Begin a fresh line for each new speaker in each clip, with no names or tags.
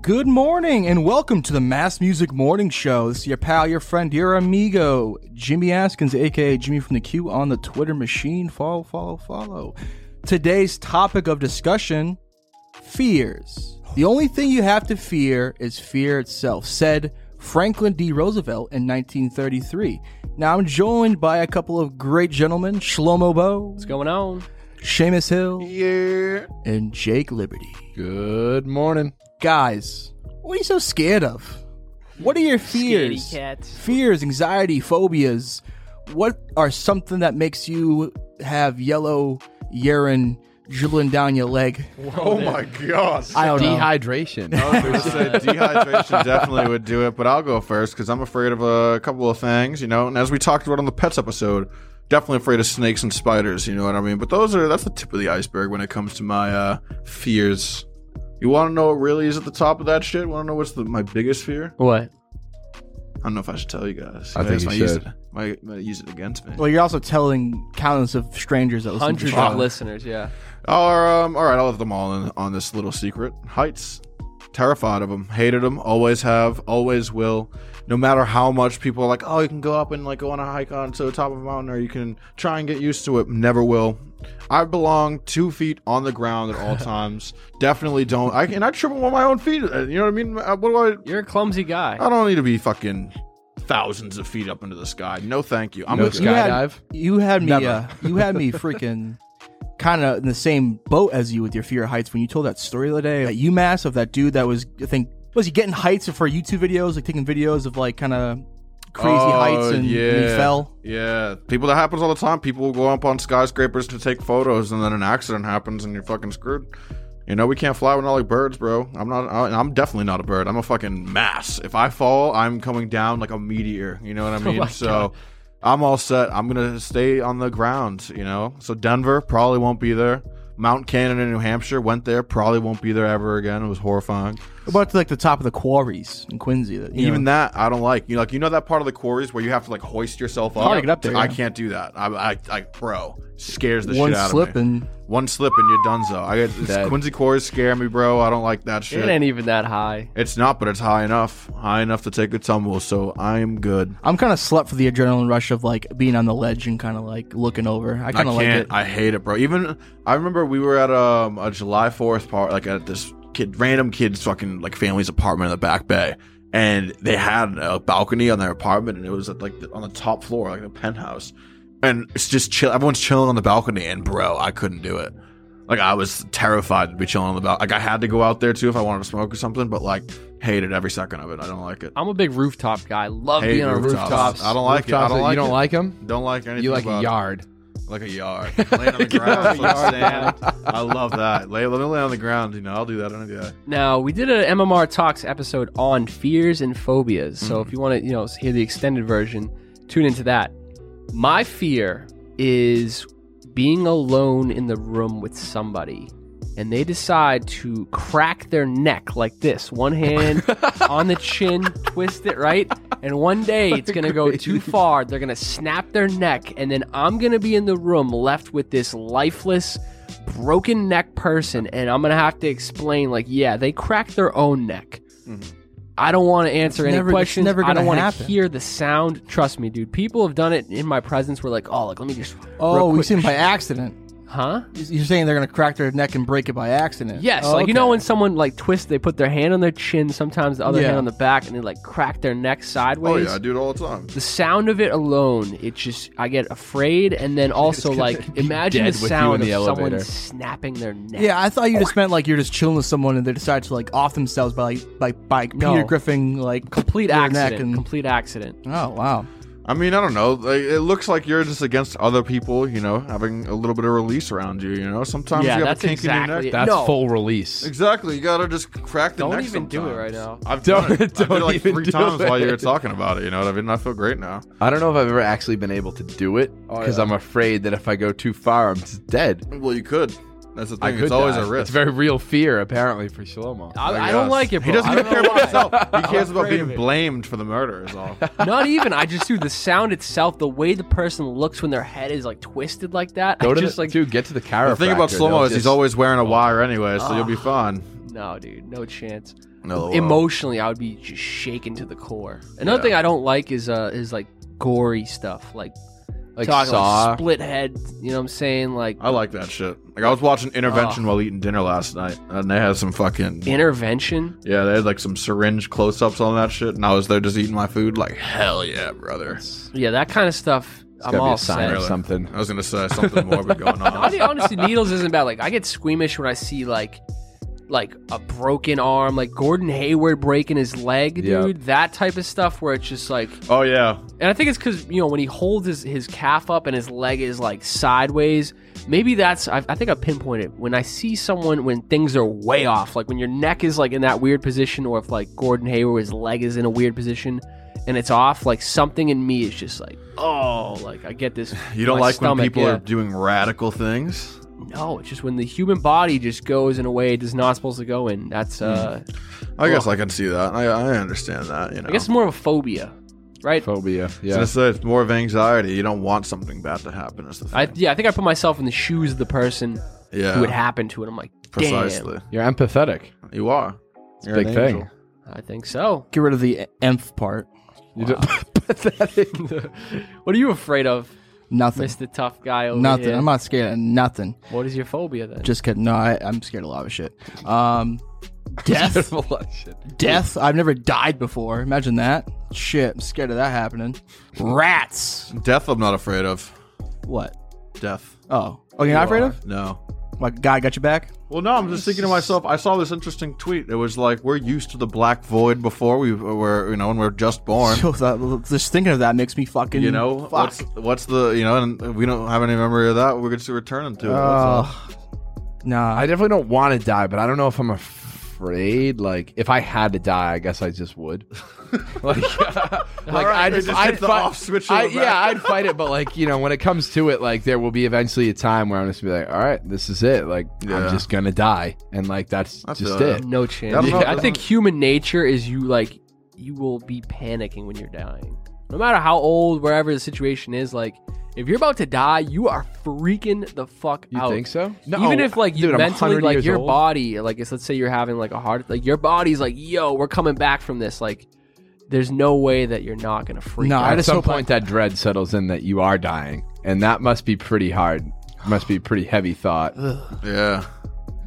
Good morning and welcome to the Mass Music Morning Show. This is your pal, your friend, your amigo, Jimmy Askins, aka Jimmy from the Q on the Twitter machine. Follow, follow, follow. Today's topic of discussion fears. The only thing you have to fear is fear itself, said Franklin D. Roosevelt in 1933. Now I'm joined by a couple of great gentlemen, Shlomo Bo,
What's going on?
Seamus Hill,
Yeah.
and Jake Liberty.
Good morning.
guys, what are you so scared of? What are your fears?
cats.
Fears, anxiety, phobias. What are something that makes you have yellow urine dribbling down your leg?
Oh my gosh.
I don't know.
Dehydration.
Oh.
I was going to say dehydration definitely would do it, but I'll go first because I'm afraid of a couple of things, you know. And as we talked about on the pets episode, definitely afraid of snakes and spiders, you know what I mean? But those are, that's the tip of the iceberg when it comes to my uh, fears. You want to know what really is at the top of that shit? Want to know what's the, my biggest fear?
What?
I don't know if I should tell you guys.
I think
guys
you
might use
should.
it- Might, might use it against me.
Well, you're also telling countless of strangers that listen to the
Hundreds
show.
of listeners, yeah.
Or, um, all right, I'll let them all in on this little secret. Heights. Terrified of them. Hated them. Always have. Always will. No matter how much people are like, oh, you can go up and like go on a hike on to the top of a mountain, or you can try and get used to it. Never will. I belong two feet on the ground at all times. Definitely don't. I can. I triple on my own feet. uh, You know what I mean? Uh, What do I?
You're a clumsy guy.
I don't need to be fucking thousands of feet up into the sky. No, thank you. I'm
No
a-
sky- Skydive?
You had me.
Never.
Uh, you had me freaking kind of in the same boat as you with your fear of heights when you told that story the other day at UMass of that dude that was I think was he getting heights for YouTube videos like taking videos of like kind of crazy
Oh,
heights and, and he
yeah.
fell.
Yeah, people that happens all the time. People will go up on skyscrapers to take photos, and then an accident happens, and you're fucking screwed. You know we can't fly. We're not like birds, bro. I'm not. I- I'm definitely not a bird. I'm a fucking mass. If I fall, I'm coming down like a meteor. You know what I
Oh
mean? so I'm all set. I'm gonna stay on the ground. You know. So Denver probably won't be there. Mount Cannon in New Hampshire went there. Probably won't be there ever again. It was horrifying.
What About to like the top of the quarries in Quincy. that, you
Even
know,
that, I don't like. You know, like you know that part of the quarries where you have to like hoist yourself up.
hard to get up there,
I
yeah.
can't do that. I, I, I bro, scares the
one
shit out
slip
of me.
and
One slip and you're donezo. I get it's-
Dead.
Quincy quarries scare me, bro. I don't like that
It
shit.
ain't even that high.
It's not, but it's high enough, high enough to take a tumble. So I am good.
I'm kind of slept for the adrenaline rush of like being on the ledge and kind of like looking over. I
I
kind of
can't.
like it.
I hate it, bro. Even I remember we were at um, a July Fourth part, like at this kid, random kid's fucking like family's apartment in the back bay, and they had a balcony on their apartment, and it was at, like the, on the top floor, like the penthouse, and it's just chill. Everyone's chilling on the balcony, and bro, I couldn't do it. Like I was terrified to be chilling on the balcony. Like I had to go out there too if I wanted to smoke or something, but like hated every second of it. I don't like it.
I'm a big rooftop guy. Love
Hate
being on rooftops.
rooftops. I don't like it. I
Rooftops
don't
that
like
you don't
it.
like them?
Don't like anything.
You like
about
a
it.
yard.
Like a yard. Laying on the ground.
Yeah,
on the
yard.
sand. I love that. Lay, let me lay on the ground. You know, I'll do that any day.
Now we did an MMR Talks episode on fears and phobias. So
Hmm.
if you want to, you know, hear the extended version, tune into that. My fear is being alone in the room with somebody and they decide to crack their neck like this one hand on the chin twist it right and one day it's going to go too far they're going to snap their neck and then i'm going to be in the room left with this lifeless broken neck person and i'm going to have to explain like yeah they cracked their own neck I don't want to answer any
never- Mm-hmm. it's
questions.
never
I don't
gonna
wanna
happen.
hear the sound. Trust me, dude. People have done it in my presence. We're like, oh, like let me just.
oh,
real
we
quick-
seen by accident.
Huh?
You're saying they're gonna crack their neck and break it by accident?
Yes,
Oh,
like you know
okay.
when someone like twists, they put their hand on their chin, sometimes the other
Yeah.
hand on the back, and they like crack their neck
Oh
sideways.
yeah, I do it all the time.
The sound of it alone, it just I get afraid, and then also like imagine the
dead with you
sound
in the
of someone
elevator.
snapping their neck.
Yeah, I thought you just meant like you're just chilling with someone and they decide to like off themselves by like by by
No.
Peter Griffin like
complete
their neck
accident. Complete accident.
and oh wow,
I mean, I don't know. Like, it looks like you're just against other people. You know, having a little bit of release around you. You know, sometimes
Yeah,
you have
that's
a kink in your
exactly
neck.
it.
That's
No.
full release.
Exactly. You gotta just crack the
Don't
neck.
even do it
sometimes.
right now.
I've done it.
Don't-
I did
don't
it like
even
three
do
times
it.
while you were talking about it. You know what I mean? I feel great now.
I don't know if I've ever actually been able to do it
Oh,
because I'm afraid that if I go too far, I'm just dead.
Well, you could. That's the
I
thing.
could
It's always
die.
a risk.
It's very real fear, apparently, for Shlomo.
I, I, don't
guess.
like it. Bro.
Oh, He doesn't
I
even
don't
care
know
about
why.
himself. He cares about
afraid of
being
it.
blamed for the murder. Is all.
Not even. I just do the sound itself, the way the person looks when their head is like twisted like that.
Go
I
to
just
the,
like,
dude, get to the chiropractor.
The thing about
They'll
slow mo is he's
just-
always wearing a wire anyway, so you'll be fine.
no, dude, no chance.
No,
emotionally I would be just shaken to the core. Another
Yeah.
thing I don't like is uh is like gory stuff, like
Like
talking
Saw.
like split head. You know what I'm saying? Like
I like that shit. Like I was watching
Ah.
Intervention while eating dinner last night, and they had some fucking
intervention.
yeah, they had like some syringe close-ups on that shit, and I was there just eating my food. Like hell yeah, brother.
Yeah, that kind of stuff. I'm
gotta be
all
a sign
set.
or something.
I was gonna say something morbid going
I
on.
think, honestly, needles isn't bad. Like I get squeamish when I see like like a broken arm, like Gordon Hayward breaking his leg, dude.
Yeah.
That type of stuff where it's just like,
Oh yeah,
and I think it's because you know when he holds his his calf up and his leg is like sideways. Maybe that's I, I think I pinpointed it. when I see someone when things are way off, like when your neck is like in that weird position, or if like Gordon Hayward's leg is in a weird position. And it's off, like something in me is just like, oh, like I get this.
you don't
my
like when
stomach,
people
yeah.
are doing radical things.
No, it's just when the human body just goes in a way it is not supposed to go in. That's uh,
Hmm. I guess I can see that. I, I understand that. You know,
I guess it's more of a phobia, right?
Phobia.
yeah.
Yeah.
it's, uh, it's more of anxiety. You don't want something bad to happen. Is the thing.
I yeah, I think I put myself in the shoes of the person
yeah,
who would happen to it. I'm like, damn,
precisely.
You're empathetic.
You are. You're
Big
an
thing.
angel.
I think so.
Get rid of the emph part.
You don't- pathetic.
what are you afraid of,
Nothing.
Mister Tough Guy? Over
Nothing.
here?
I'm not scared of nothing.
What is your phobia then?
Just kidding. No, I, I'm scared of a lot of shit. Um, death. death. I've never died before. Imagine that. Shit. I'm scared of that happening. Rats.
Death. I'm not afraid of.
What?
Death.
Oh. Oh, you're not afraid of?
No.
Like, God got your back?
Well, no, I'm just thinking to myself. I saw this interesting tweet. It was like we're used to the black void before we were, you know, when we are just born.
So, that- just thinking of that makes me fucking.
You know,
fuck.
what's what's the you know, and we don't have any memory of that. We're just returning to it. That's all.
Ugh. nah.
I definitely don't want to die, but I don't know if I'm afraid. Like, if I had to die, I guess I just would. like, like
right,
I
they
just,
just
I'd
hit the
fight-
off switch
I,
on the
yeah, I'd fight it, but like, you know, when it comes to it, like, there will be eventually a time where I'm just gonna be like, all right, this is it. Like,
Yeah.
I'm just gonna die, and like, that's
I
just
feel
it.
no
I
chance.
don't know.
Yeah, I think human nature is you like you will be panicking when you're dying, no matter how old, wherever the situation is. Like if you're about to die, you are freaking the fuck
You
out.
think so?
Even if like you
dude, I'm
mentally
100
like
years
your
old.
body, like it's, let's say you're having like a heart, like your body's like, yo, we're coming back from this. Like, there's no way that you're not gonna freak.
No,
out.
I
At
just
some
hope I-
point, that dread settles in that you are dying, and that must be pretty hard. Must be a pretty heavy thought,
Yeah.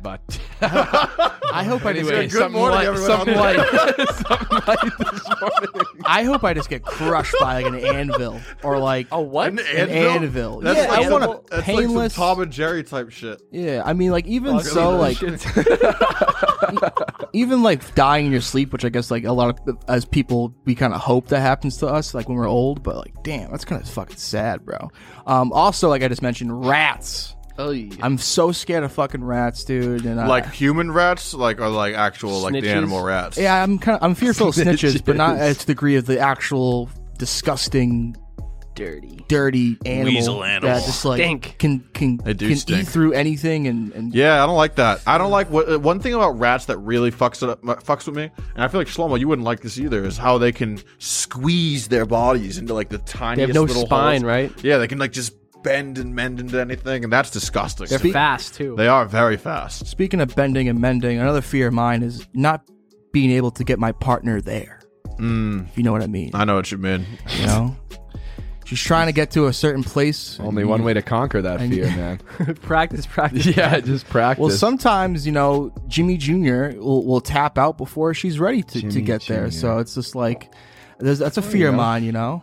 but
I hope I just
anyway,
get,
good
something
morning,
like,
everyone.
something like, something like this morning.
I hope I just get crushed by like an anvil or like
Oh what?
An
an anvil.
That's
yeah,
like
I
some-
want a
that's like
painless.
some Tom and Jerry type shit.
yeah, I mean, like even
Fuck,
so,
really,
like e
shit.
even like dying in your sleep, which I guess like a lot of as people we kind of hope that happens to us, like when we're old. But like, damn, that's kind of fucking sad, bro. Um, also, like I just mentioned, rats.
Oh, yeah.
I'm so scared of fucking rats, dude. And I,
Like human rats, like or like actual like the
Uh, Snitches.
animal rats.
yeah, I'm kind of I'm fearful of snitches, but not
Snitches.
at the degree of the actual disgusting
dirty.
dirty animal
Weasel animal.
that just like
Stink.
can can
They do
can
stink.
eat through anything and and
Yeah, I don't like that. I don't like what uh, one thing about rats that really fucks it up, uh, fucks with me, and I feel like Shlomo, you wouldn't like this either, is how they can squeeze their bodies into like the
They
tiniest
have no
little
spine,
holes.
right?
Yeah, they can like just bend and mend into anything, and that's disgusting.
They're
They're
fast too.
very fast.
Speaking of bending and mending, another fear of mine is not being able to get my partner there. Mm. If you know what I mean,
I know what you mean.
you know, she's trying to get to a certain place.
Only one way to conquer that
I-
fear, man.
practice, practice.
yeah, just practice.
Well, sometimes you know Jimmy Jr. will, will tap out before she's ready to, to
Jimmy
get there.
Jr..
So it's just like there's, that's a fear of
Oh,
mine, you know.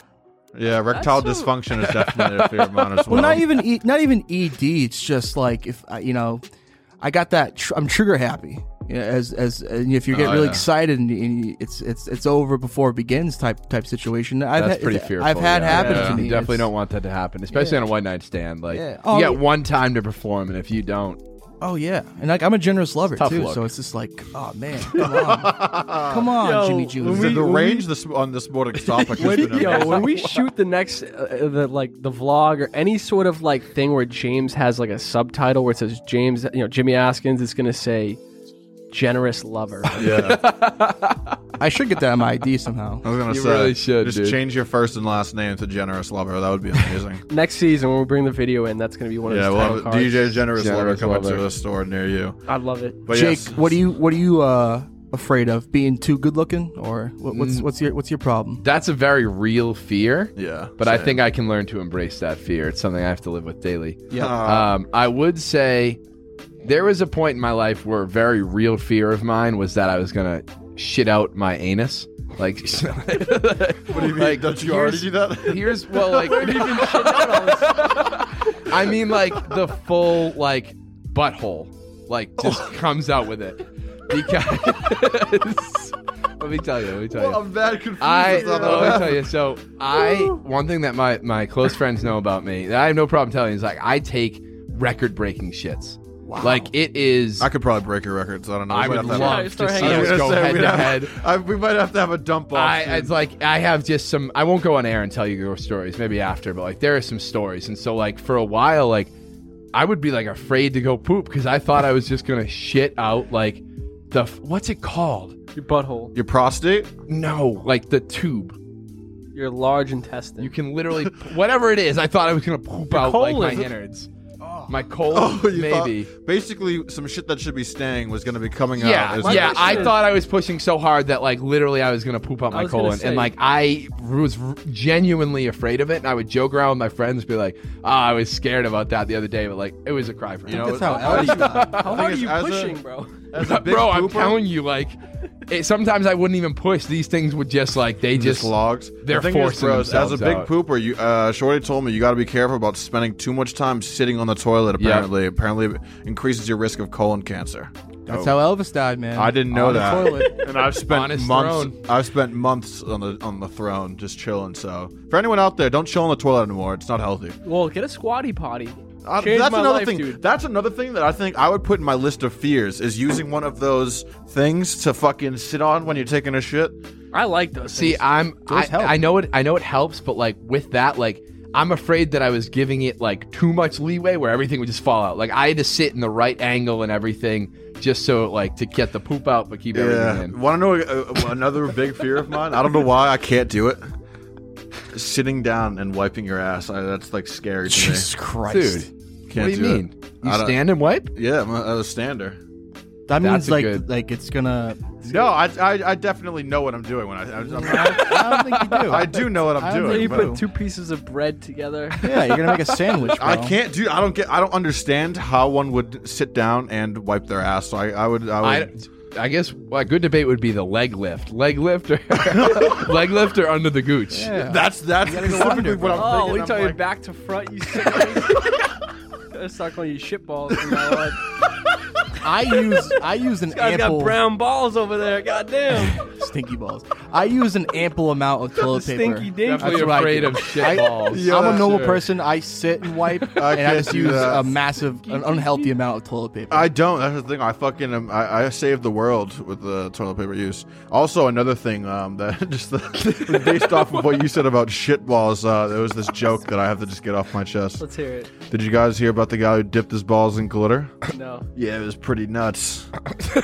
Yeah, erectile
That's so-
dysfunction is definitely a fear of mine as well.
Well,
Oh,
not even e- not even ED. It's just like if I, you know, I got that. Tr- I'm trigger happy. You know, as as and if you get
Oh,
really
yeah.
excited and, and you- it's it's it's over before it begins type type situation. I've
that's
had,
pretty
it's-
fearful.
I've had
yeah.
happen
Yeah.
to me.
You definitely
It's-
don't want that to happen, especially on a one night stand. Like,
Yeah. Oh,
you get
yeah.
one time to perform, and if you don't,
Oh yeah, and like I'm a generous lover
tough
too.
look.
So it's just like, oh man, come on, come on, Jimmy Jr.
the, the range this, on this morning's topic. has been
When, yo,
amazing.
when we shoot the next, uh, the like the vlog or any sort of like thing where James has like a subtitle where it says James, you know, Jimmy Askins, it's gonna say generous lover.
yeah,
I should get that on my ID somehow.
I was gonna
You
say,
really should,
just
dude.
change your first and last name to Generous Lover. That would be amazing.
next season when we bring the video in, that's gonna be one of
Yeah,
his
we'll
title
have
cards.
DJ Generous, Lover
Generous
coming
Lover.
to a store near you.
I love it.
But
Jake,
yes,
what do you what do you uh afraid of? Being too good looking, or what,
Mm.
what's what's your what's your problem?
That's a very real fear.
Yeah.
But I think I can learn to embrace that fear. It's something I have to live with daily.
Yeah.
Um, I would say there was a point in my life where a very real fear of mine was that I was gonna shit out my anus. Like,
What do you mean?
Like,
Don't you already
here's-
do that?
here's well, like, I mean, like the full like butthole, like just
Oh.
comes out with it because. let me tell you. Let me tell you.
I'm that confused.
I
about that.
let me tell you. So I one thing that my my close friends know about me that I have no problem telling you is like I take record breaking shits. Wow. Like it is.
I could probably break your records. I don't know.
I
We
would
might have to-
Yeah, start
love to see
I
hanging
was
us
gonna
go
say,
head
we'd
to
have-
head.
I- we might have to have a dump off.
I,
soon.
it's like I have just some. I won't go on air and tell you your stories. Maybe after, but like there are some stories, and so like for a while, like I would be like afraid to go poop because I thought I was just gonna shit out like the f- what's it called?
Your butthole.
your prostate.
No, like the tube.
Your large intestine.
You can literally whatever it is. I thought I was gonna poop out like my
colon.
innards, my colon
Oh. you
maybe.
thought- basically some shit that should be staying was going to be coming out.
Yeah,
as-
yeah.
question
I
is-
thought I was pushing so hard that like literally I was gonna poop out
I
my
was gonna
colon,
say-
and like I was r- genuinely afraid of it. And I would joke around with my friends, be like, "Ah, I was scared about that the other day," but like it was a cry for
You
help.
know,
That's how Al you got.
How
thing
hard are
is,
you
as a-
pushing, bro?
as a big
bro, I'm
pooper,
telling you, like it, sometimes I wouldn't even push. These things would just like they
just
just,
logs.
they're
the thing is,
forcing
bro, is as a
themselves
big
out.
pooper, you uh, Shorty told me you got to be careful about spending too much time sitting on the toilet.
Yeah.
Apparently, apparently it increases your risk of colon cancer. Oh.
That's
Oh.
how Elvis died, man.
I didn't know
On the
that.
toilet.
and I've spent
On his
months.
throne.
I've spent months on the on the throne just chilling. So for anyone out there, don't chill on the toilet anymore. It's not healthy.
Well, get a squatty potty.
I-
Changed
Uh, that's
my
another
life,
thing.
dude.
That's another thing that I think I would put in my list of fears is using one of those things to fucking sit on when you're taking a shit.
I like those.
See,
things.
I'm I,
Those help.
I know it I know it helps, but like with that, like I'm afraid that I was giving it like too much leeway where everything would just fall out. Like I had to sit in the right angle and everything just so like to get the poop out but keep everything in.
Want to know uh, another big fear of mine? I don't know why I can't do it. Sitting down and wiping your ass. I, that's like scary to me.
Jesus Christ,
Dude,
Can't
what do you
do
mean?
it.
You
I don't-
stand and wipe?
Yeah, I'm a, a stander.
that means
a
like
good-
like it's gonna.
No, I, I, I definitely know what I'm doing when I I'm, I'm-
I don't think you do.
I do know what
I
I'm
don't think
doing.
you
you
but
bro.
put two pieces of bread together.
Yeah, you're gonna make a sandwich. Bro.
I can't do. I don't get. I don't understand how one would sit down and wipe their ass. So I, I would.
Oh,
I
I,
would.
I guess a good debate would be the leg lift. Leg lift or leg lift or under the gooch.
that's that's specifically what I'm
Oh,
thinking.
we
I'm
tell you
like,
back to front, you sickos. I suck on you shit balls from now on.
I use I use an
Guys got
ample
brown balls over there. Goddamn.
stinky balls. I use an ample amount of toilet paper.
Stinky dinky.
Definitely
That's what I
afraid
do.
of shit balls.
Yeah,
I'm a
that's
normal
true.
person. I sit and wipe,
I
and I
can't
just
do
use
that.
a massive, an unhealthy amount of toilet paper.
I don't. That's the thing. I fucking am, I, I saved the world with the toilet paper use. Also, another thing um, that just the, based off of what you said about shit balls, uh, there was this joke that I have to just get off my chest.
Let's hear it.
Did you guys hear about the guy who dipped his balls in glitter?
No.
Yeah, it was pretty nuts.
That's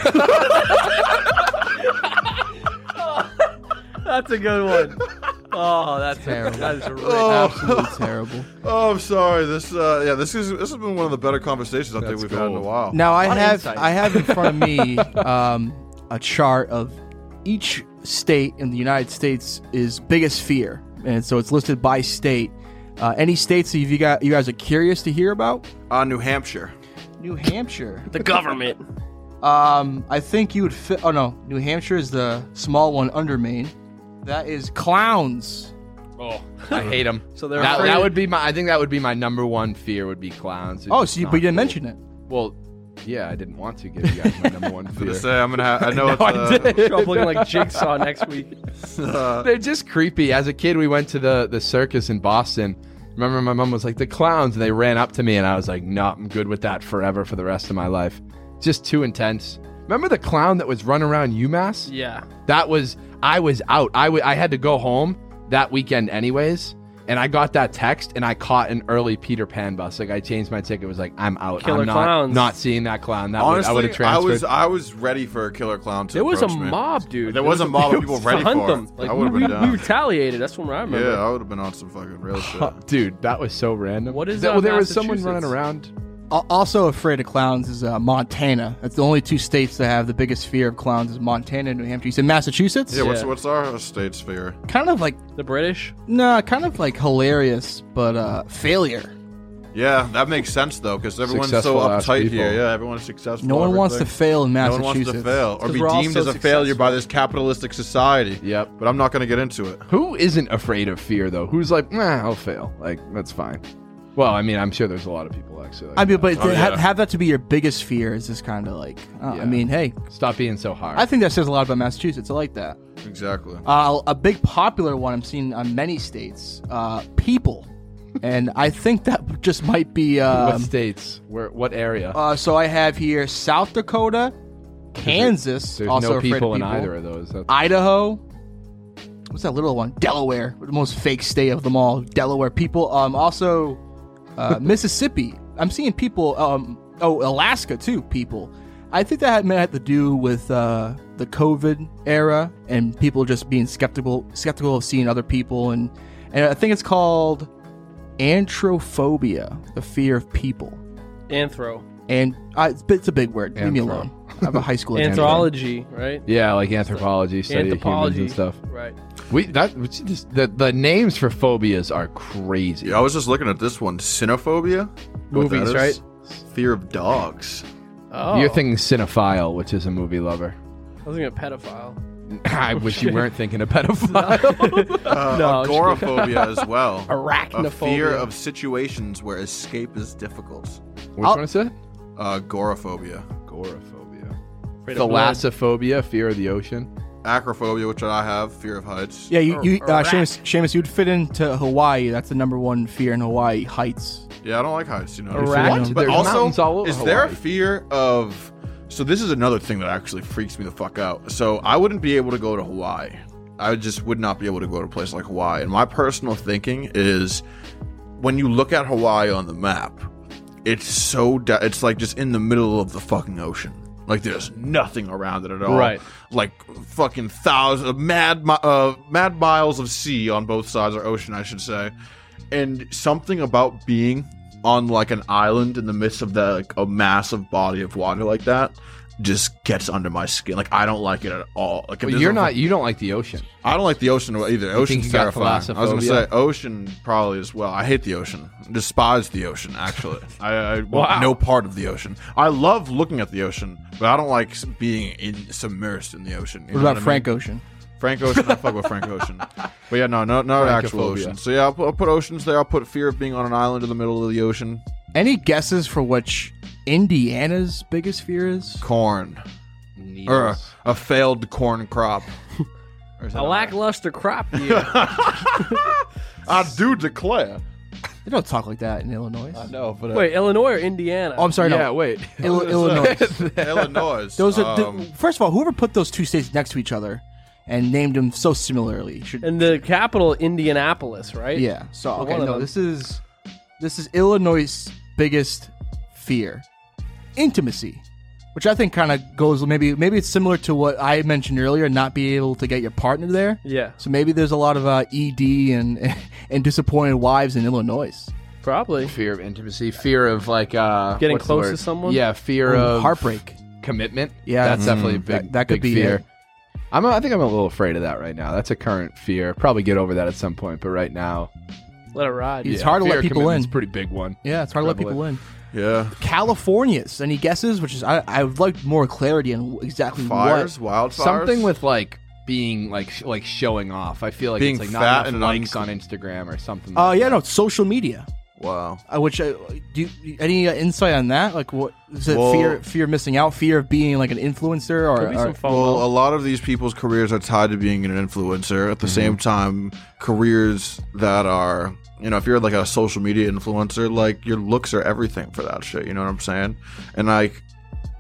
a good one. Oh, that's terrible. That is rich.
Absolutely terrible.
Oh, I'm sorry. This, uh, yeah, this is this has been one of the better conversations I think
That's
we've had in a
gold.
while.
Now I
lot of
have
insight.
I have in front of me um, a chart of each state in the United States is biggest fear, and so it's listed by state. Uh, any states that you got you guys are curious to hear about?
uh, New Hampshire.
New Hampshire.
The government.
Um, I think you would fit. Oh no, New Hampshire is the small one under Maine. That is clowns.
Oh, I hate them.
So they're
that,
afraid-
that would be my. I think that would be my number one fear would be clowns. It's
Oh,
just
so you,
not
but you didn't
cool.
mention it.
Well, yeah, I didn't want to give you guys my number one
I'm
fear.
gonna say I'm gonna. Ha- I know it's.
I
uh,
did.
Show up looking like Jigsaw next week.
uh,
They're just creepy. As a kid, we went to the the circus in Boston. Remember, my mom was like the clowns, and they ran up to me, and I was like, "No, I'm good with that forever for the rest of my life." Just too intense. Remember the clown that was running around UMass?
Yeah.
That was I was out. I wa- I had to go home that weekend anyways. And I got that text and I caught an early Peter Pan bus. Like I changed my ticket. It was like I'm out.
Killer
I'm not,
clowns.
not seeing that clown. That would, I would
honestly,
have
I,
transferred.
was I was ready for a killer clown to.
There was a
approach me.
mob, dude.
There was a mob of people ready
hunt
for
them.
it.
Like,
I would've been
we,
down.
We retaliated. That's what I remember.
Yeah, I would have been on some fucking real shit.
Dude, that was so random.
What is,
that?
uh,
well, there was someone running
Massachusetts?
around
Al- Also afraid of clowns is uh, Montana. That's the only two states that have the biggest fear of clowns is Montana and New Hampshire. You said Massachusetts?
Yeah, what's
Yeah.
what's our state's fear?
Kind of like,
The British?
nah, kind of like hilarious, but uh, failure.
Yeah, that makes sense though, because everyone's so
Successful ass
uptight
people.
here. Yeah, everyone's successful.
No one wants to
everything.
fail in
No one
Massachusetts.
wants to fail or
'Cause
be
we're all
deemed
so
as a failure
successful.
by this capitalistic society.
Yep.
But I'm not going to get into it.
Who isn't afraid of fear though? Who's like, nah, I'll fail. Like that's fine. Well, I mean, I'm sure there's a lot of people actually. Like,
I mean, but
Oh,
to ha-
yeah.
have that to be your biggest fear is just kind of like, uh,
Yeah.
I mean, hey,
stop being so hard.
I think that says a lot about Massachusetts. I like that.
Exactly.
Uh, a big popular one I'm seeing on many states, uh, people. And I think that just might be.
what
Um,
states? Where? What area?
uh, so I have here South Dakota, Kansas,
there's
also
no
afraid of
people in
people.
either of those. That's-
Idaho. What's that little one? Delaware, the most fake state of them all. Delaware people. Um, also uh, Mississippi. I'm seeing people. Um, oh, Alaska too. People. I think that had may have to do with uh, the COVID era and people just being skeptical, skeptical of seeing other people, and and I think it's called antrophobia, the fear of people.
Anthro.
And I, it's, it's a big word. Leave me
Anthro.
alone. I have a high school education.
Anthropology, right?
yeah, like anthropology, study of humans
Anthropology
and stuff.
Right.
We that we should just, the the names for phobias are crazy.
Yeah, I was just looking at this one. Cynophobia? What
Movies,
that is?
right?
Fear of dogs.
Oh.
You're thinking cinephile, which is a movie lover.
I was thinking a pedophile. Oh,
I wish you weren't thinking a pedophile.
Uh,
No, I'm just kidding.
agoraphobia as well. A
Arachnophobia.
fear of situations where escape is difficult.
Which
I'll-
one is it?
agoraphobia.
Agoraphobia.
Afraid of blood.
Thalassophobia, fear of the ocean.
Acrophobia, which I have, fear of heights.
Yeah, you,
Or-
you
or
uh,
rat.
Seamus, Seamus, you'd fit into Hawaii. That's the number one fear in Hawaii: heights.
Yeah, I don't like heights, you know.
Arach-
What?
But
But
There's mountains
also,
all over
is there a
Hawaii.
fear of? So this is another thing that actually freaks me the fuck out. So I wouldn't be able to go to Hawaii. I just would not be able to go to a place like Hawaii. And my personal thinking is, when you look at Hawaii on the map, it's so da- it's like just in the middle of the fucking ocean. Like there's nothing around it at all.
Right.
Like fucking thousands, mad, mi- uh, mad miles of sea on both sides or ocean, I should say. And something about being on like an island in the midst of the like, a massive body of water like that just gets under my skin. Like I don't like it at all. Like if
But
there's
you're
a-
not. You don't like the ocean.
I don't like the ocean either.
think
Ocean's
you got
terrifying. I was gonna say
thalassophobia?
ocean probably as well. I hate the ocean. Despise the ocean. Actually, I, I want
Wow.
no part of the ocean. I love looking at the ocean, but I don't like s- being in, submersed in the ocean. You
What
know
about
I
Frank
mean?
Ocean?
Frank Ocean. I fuck with Frank Ocean. But yeah, no, no, not actual
Frankophobia.
ocean. So yeah, I'll put, I'll put oceans there. I'll put fear of being on an island in the middle of the ocean.
Any guesses for which Indiana's biggest fear is?
Corn or
uh,
a, a failed corn crop. Or is
A
that
lackluster crop year.
I do declare.
They don't talk like that in Illinois.
No, but uh,
Wait, Illinois or Indiana?
oh, I'm sorry.
yeah,
no.
wait.
Ill- Illinois.
Illinois.
Those are the-
um,
first of all, whoever put those two states next to each other and named them so similarly should.
and the capital, Indianapolis, right?
yeah. So okay,
one of
no,
them.
this is this is Illinois' biggest fear: intimacy, which I think kind of goes maybe maybe it's similar to what I mentioned earlier, not being able to get your partner there.
Yeah.
So maybe there's a lot of uh, ED and and disappointed wives in Illinois.
Probably.
fear of intimacy. Fear of like uh,
Getting
what's the
close to
word?
someone?
Yeah, fear
Ooh,
of
heartbreak.
commitment.
Yeah,
that's
mm,
definitely a big.
that- that could
big
be
fear.
it.
I'm. A, I think I'm a little afraid of that right now. That's a current fear. Probably get over that at some point, but right now,
Let it ride.
It's hard to
fear
let
of
people
commitment's
in.
a Pretty big one.
Yeah, it's hard to let people in.
yeah.
California's any guesses? Which is I I would like more clarity on exactly
fires,
what.
wildfires,
Something with like being like sh- like showing off. I feel like
Being
it's like
fat
not enough
and
likes
uncle-
on Instagram or something.
Oh
like
yeah,
that.
no social media.
wow.
Uh, which uh, do you, any uh, insight on that? Like what is it?
Well-
fear fear of missing out, fear of being like an influencer, or,
Could be some
or-
Well,
FOMO.
a lot of these people's careers are tied to being an influencer. At the same time, careers that are, you know, if you're like a social media influencer, like your looks are everything for that shit. You know what I'm saying? And like,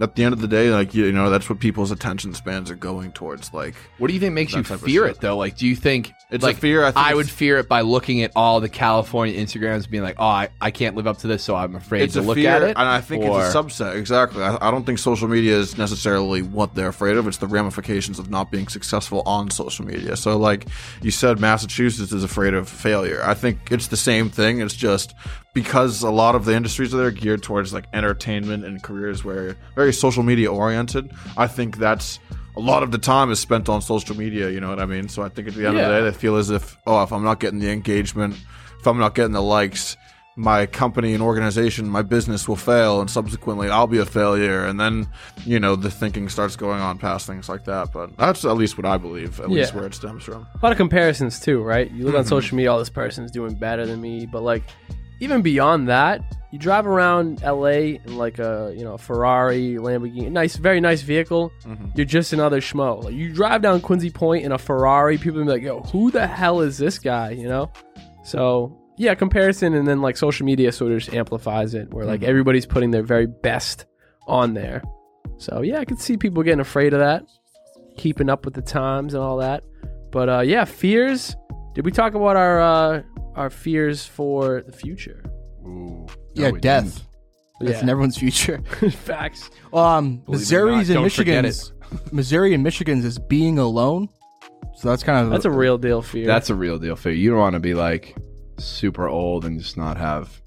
at the end of the day, like you, you know, that's what people's attention spans are going towards. Like
What do you think makes
That
you
type of
fear
shit.
it though? Like, do you think
It's a
like,
fear, I think
would
it's-
fear it by looking at all the California Instagrams, being like, "Oh, I, I can't live up to this, so I'm afraid
it's
to
a
look
fear,
at it."
and I think
or,
it's a subset. Exactly. I, I don't think social media is necessarily what they're afraid of. It's the ramifications of not being successful on social media. So, like you said, Massachusetts is afraid of failure. I think it's the same thing. It's just because a lot of the industries that are geared towards like entertainment and careers where very social media oriented. I think that's. A lot of the time is spent on social media, you know what I mean? So I think at the end of the
Yeah.
day, they feel as if, oh, if I'm not getting the engagement, if I'm not getting the likes, my company and organization, my business will fail, and subsequently I'll be a failure. And then, you know, the thinking starts going on past things like that. But that's at least what I believe, at least
Yeah.
where it stems from.
a lot of comparisons too, right? You look on social media, all this person's doing better than me, but like even beyond that, you drive around LA in like a you know Ferrari, Lamborghini, nice, very nice vehicle. You're just another schmo. Like you drive down Quincy Point in a Ferrari, people be like, "Yo, who the hell is this guy?" You know. So yeah, comparison, and then like social media sort of just amplifies it, where like everybody's putting their very best on there. So yeah, I could see people getting afraid of that, keeping up with the times and all that. But uh, yeah, fears. Did we talk about our uh, our fears for the future?
Ooh, no,
yeah,
we
death.
didn't.
That's in
Yeah.
everyone's future.
Facts.
Um,
Believe it or
Missouri's
not,
and
don't forget
Michigan's. Missouri and Michigan's is being alone. So that's kind of
That's a real deal fear.
That's a real deal fear. You don't want to be like super old and just not have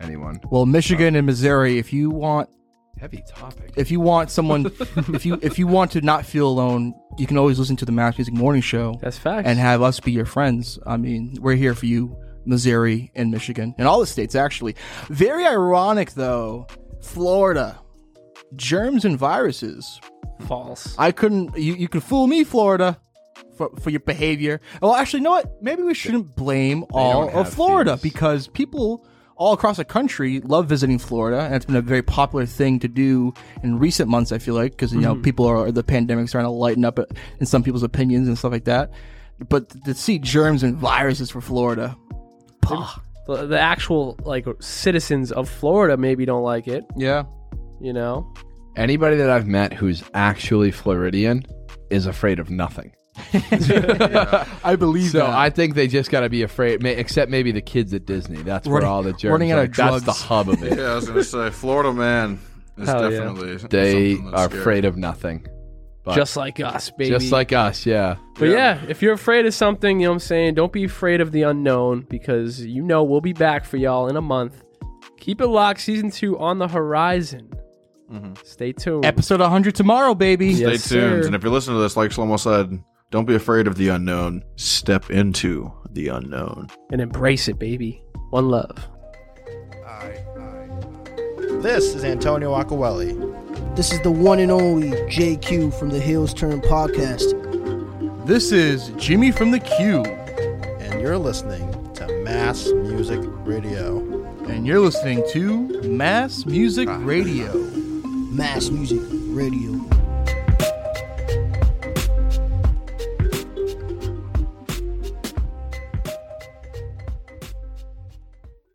anyone.
well,
Oh.
Michigan and Missouri. If you want,
Heavy topic.
if you want someone, if you if you want to not feel alone, you can always listen to the Mass Music Morning Show
that's facts.
and have us be your friends. I mean, we're here for you, Missouri and Michigan and all the states actually. Very ironic though, Florida, germs and viruses.
false.
I couldn't. You, you could fool me, Florida, for, for your behavior. Well, actually, you know what? Maybe we shouldn't blame all
don't
of
have
Florida
fees.
because people all across the country love visiting Florida, and it's been a very popular thing to do in recent months. I feel like because you know people are the pandemic's trying to lighten up in some people's opinions and stuff like that. But to see germs and viruses for Florida, pah.
the, the actual like citizens of Florida maybe don't like it.
Yeah,
You know.
Anybody that I've met who's actually Floridian is afraid of nothing.
I believe
So
that.
I think they just got to be afraid, may, except maybe the kids at Disney. That's where
Running-
all the germs.
running out
like,
of
That's
drugs.
the hub of it.
Yeah, I was going to say, Florida man is
Hell yeah.
definitely.
They
something that's
are
scary.
afraid of nothing, But-
just like us, baby.
just like us. Yeah.
But yeah. if you're afraid of something, you know what I'm saying, don't be afraid of the unknown because you know we'll be back for y'all in a month. Keep it locked, season two on the horizon.
Mm-hmm.
Stay tuned.
episode 100 tomorrow, baby.
Yeah.
Stay
Yes,
tuned.
sir.
And if you're listening to this, like Shlomo said, don't be afraid of the unknown. Step into the unknown.
and embrace it, baby. One love.
This is Antonio Acawelli.
This is the one and only JQ from the Hills Turn podcast.
This is Jimmy from the Q.
And you're listening to Mass Music Radio.
And you're listening to Mass Music Radio.
Mass Music Radio.